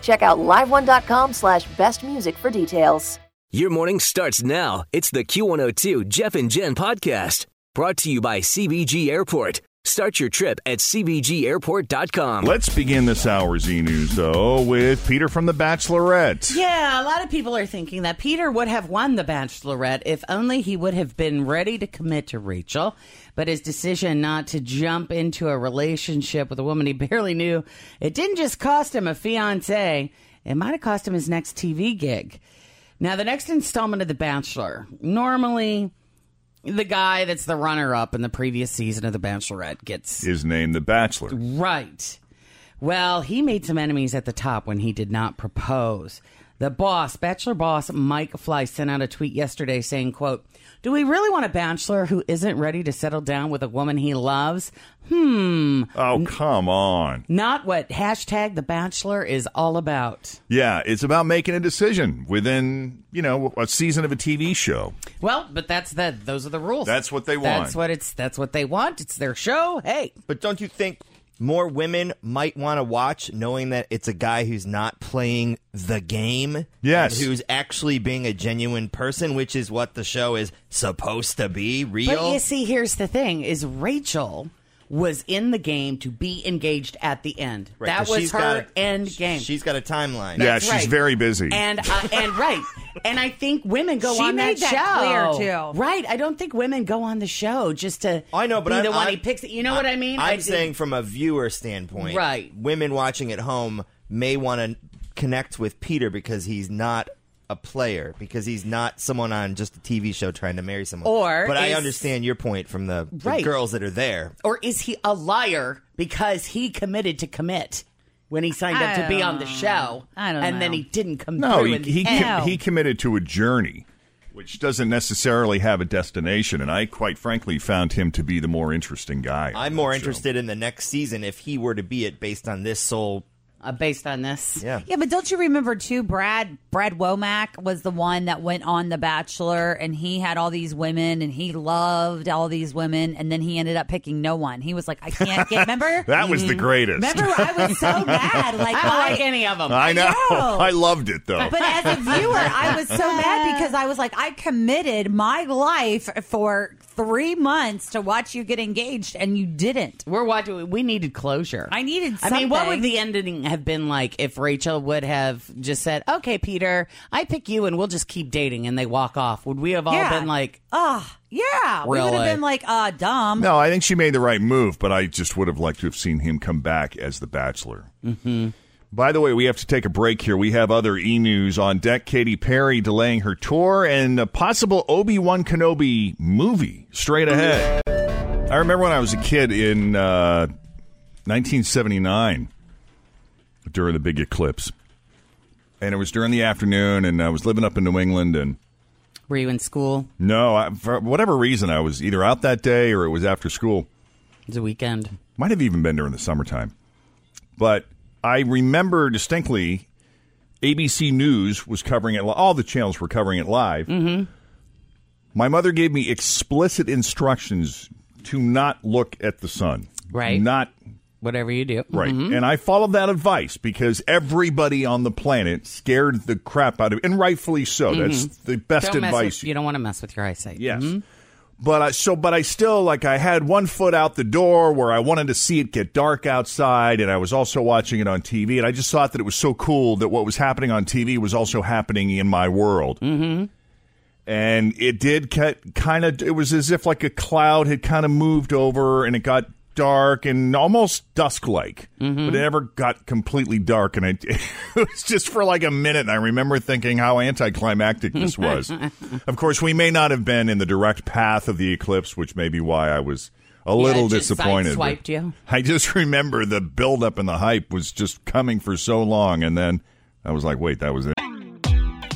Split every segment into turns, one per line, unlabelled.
Check out liveone.com slash best music for details.
Your morning starts now. It's the Q102 Jeff and Jen podcast brought to you by CBG Airport. Start your trip at CBGAirport.com.
Let's begin this hour's e news, though, with Peter from The Bachelorette.
Yeah, a lot of people are thinking that Peter would have won the Bachelorette if only he would have been ready to commit to Rachel. But his decision not to jump into a relationship with a woman he barely knew, it didn't just cost him a fiance, it might have cost him his next TV gig. Now, the next installment of The Bachelor, normally the guy that's the runner up in the previous season of The Bachelorette gets
His name, The Bachelor.
Right. Well, he made some enemies at the top when he did not propose. The boss, Bachelor boss Mike Fly, sent out a tweet yesterday saying, quote, Do we really want a bachelor who isn't ready to settle down with a woman he loves? Hmm,
Oh, come on.
not what hashtag the bachelor is all about.
Yeah, it's about making a decision within, you know, a season of a TV show.
Well, but that's the those are the rules.
That's what they want.
That's what it's that's what they want. It's their show. Hey.
But don't you think more women might want to watch knowing that it's a guy who's not playing the game?
Yes.
Who's actually being a genuine person, which is what the show is supposed to be
But
real.
you see, here's the thing: is Rachel was in the game to be engaged at the end.
Right,
that
'cause
was
she's
her
got a-
end game.
She's got a timeline.
yeah,
That's
she's
right.
very busy.
and uh, and right, and I think women go
She
on
made
that,
that
show.
clear, too.
Right, I don't think women go on the show just to.
I know, but
be
I'm,
the one
I'm-
he picks. You know what I mean?
I'm
do-
saying from a viewer standpoint,
Right.
Women watching at home may want to connect with Peter because he's not a player, because he's not someone on just a TV show trying to marry someone.
Or
but I
is-
understand your point from the, the
Right.
girls that are there.
or is he a liar because he committed to commit when he signed up to be on the show?
I don't
and then
know.
he didn't come
no,
through.
he,
in the
he,
end.
com- he committed to a journey, which doesn't necessarily have a destination. And I, quite frankly, found him to be the more interesting guy.
I'm
on
more
that show.
interested in the next season if he were to be it based on this sole.
uh, based on this.
Yeah.
Yeah, but don't you remember too? Brad Brad Womack was the one that went on The Bachelor, and he had all these women, and he loved all these women, and then he ended up picking no one. He was like, I can't get. Remember?
That was the greatest.
Remember, I was so mad. Like
I don't like any of them.
I know.
know.
I loved it, though.
But as a viewer, I was so mad because I was like, I committed my life for three months to watch you get engaged, and you didn't.
We're watching. We needed closure.
I needed
I mean, what would
something.
the ending have been like if Rachel would have just said, "Okay, Peter, I pick you, and we'll just keep dating," and they walk off? Would we have all
Yeah.
been like,
Ah, yeah. We would
Really?
have been like, uh, dumb.
No, I think she made the right move, but I just would have liked to have seen him come back as the Bachelor. Mm-hmm. By the way, we have to take a break here. We have other e news on deck. Katy Perry delaying her tour and a possible Obi Wan Kenobi movie straight ahead. I remember when I was a kid in uh, 1979 during the big eclipse, and it was during the afternoon, and I was living up in New England, and
"Were you in school?
no, I, for whatever reason, I was either out that day or it was after school.
It's a weekend."
might have even been during the summertime. But I remember distinctly ABC News was covering it. li- All the channels were covering it live. Mm-hmm. My mother gave me explicit instructions to not look at the sun.
Right. Mm-hmm.
Not
Whatever you do,
right. And I followed that advice because everybody on the planet scared the crap out of it, and rightfully so. That's the best
Mm-hmm. Don't mess
advice.
With, you don't want to mess with your eyesight.
yes. But I, so, but I still like I had one foot out the door where I wanted to see it get dark outside, and I was also watching it on TV, and I just thought that it was so cool that what was happening on TV was also happening in my world. Mm-hmm. And it did kind of. It was as if like a cloud had kind of moved over, and it got dark and almost dusk like,
Mm-hmm.
but it never got completely dark. And it, it was just for like a minute. And I remember thinking how anticlimactic this was. of course, we may not have been in the direct path of the eclipse, which may be why I was a little
just
disappointed. but
sideswiped you.
I just remember the buildup and the hype was just coming for so long. And then I was like, wait, that was it.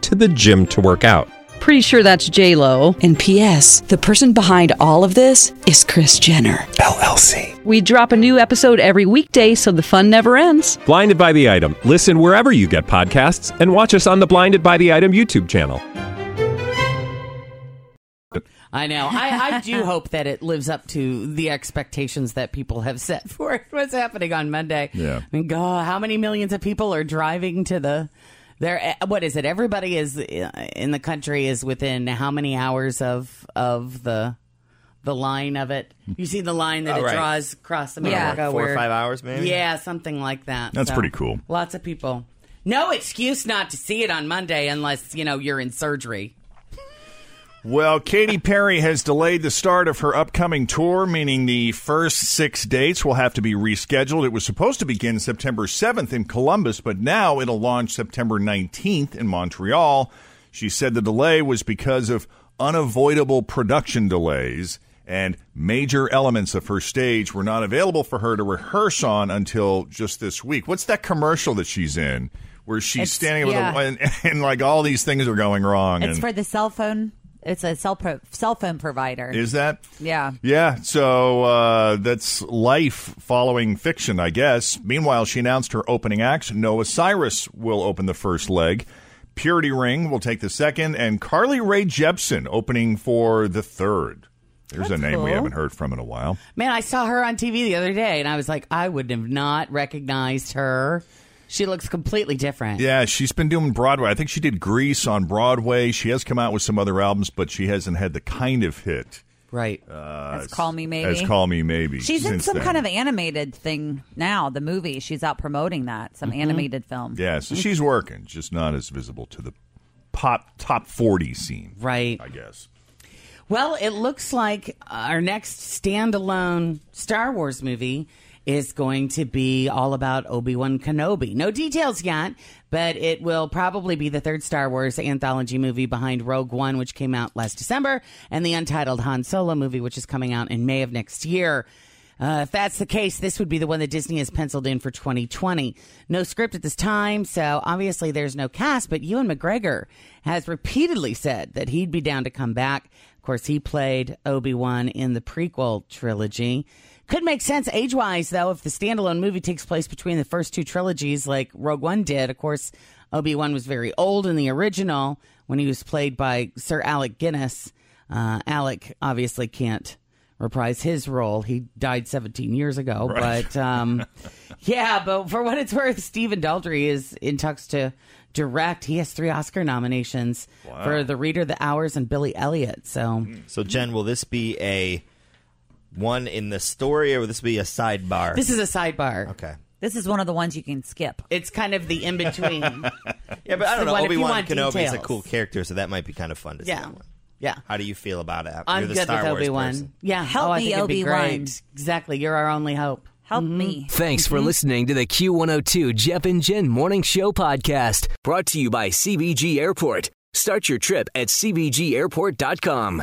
to the gym to work out.
Pretty sure that's J Lo.
And P.S. The person behind all of this is Chris Jenner.
LLC.
We drop a new episode every weekday, so the fun never ends.
Blinded by the item. Listen wherever you get podcasts, and watch us on the Blinded by the Item YouTube channel.
I know. I, I do hope that it lives up to the expectations that people have set for it. What's happening on Monday?
Yeah.
I mean, God, how many millions of people are driving to the? There, what is it? Everybody is uh, in the country is within how many hours of of the the line of it? You see the line that
Oh,
it
right.
draws across America,
Yeah. Four or
where-
five hours, maybe?
Yeah, something like that.
That's pretty cool.
Lots of people. No excuse not to see it on Monday unless you know you're in surgery.
Well, Katy Perry has delayed the start of her upcoming tour, meaning the first six dates will have to be rescheduled. It was supposed to begin September 7th in Columbus, but now it'll launch September 19th in Montreal. She said the delay was because of unavoidable production delays and major elements of her stage were not available for her to rehearse on until just this week. What's that commercial that she's in? Where she's
It's-
standing with
yeah.
a, and, and like all these things are going wrong.
It's
and
for the cell phone. It's a cell pro- cell phone provider.
is that
yeah.
Yeah, so uh, that's life following fiction, I guess. Meanwhile, she announced her opening acts. Noah Cyrus will open the first leg. Purity Ring will take the second, and Carly Rae Jepsen opening for the third. There's a name we
cool.
haven't heard from in a while.
Man, I saw her on TV the other day, and I was like, I would have not recognized her. She looks completely different.
Yeah, she's been doing Broadway. I think she did Grease on Broadway. She has come out with some other albums, but she hasn't had the kind of hit
Right.
Uh,
As call me maybe.
as Call Me Maybe.
She's in
since
some
then.
kind of animated thing now. The movie she's out promoting that some animated film.
Mm-hmm. Yeah, so she's working, just not as visible to the pop top 40 scene.
right.
I guess.
Well, it looks like our next standalone Star Wars movie is going to be all about Obi Wan Kenobi. No details yet, but it will probably be the third Star Wars anthology movie behind Rogue One, which came out last December, and the untitled Han Solo movie, which is coming out in May of next year. Uh, if that's the case, this would be the one that Disney has penciled in for 2020. No script at this time, so obviously there's no cast, but Ewan McGregor has repeatedly said that he'd be down to come back. Of course, he played Obi Wan in the prequel trilogy. Could make sense age wise, though, if the standalone movie takes place between the first two trilogies, like Rogue One did. Of course, Obi Wan was very old in the original when he was played by Sir Alec Guinness. Uh, Alec obviously can't reprise his role. He died 17 years ago, but um, yeah. But for what it's worth, Stephen Daldry is in talks to direct. He has three Oscar nominations for The Reader, The Hours, and Billy Elliot. So
So, Jen, will this be a one in the story, or will this be a sidebar?
this is a sidebar.
okay.
This is one of the ones you can skip.
It's kind of the in between.
Yeah, but I don't
So
know.
what if
Obi
you
Wan
want
Kenobi is a
details?
cool character, so that might be kind of fun to see.
yeah,
that one.
yeah.
How do you feel about it?
I'm
You're the
good
Star
with
Wars
Obi Wan.
person.
Yeah,
Help
oh, I
me,
think it'd be
Obi-Wan.
great. Exactly, you're our only hope.
Help
Mm-hmm.
me.
Thanks for listening to the Q102 Jeff and Jen Morning Show podcast, brought to you by CBG Airport. Start your trip at CBGAirport.com.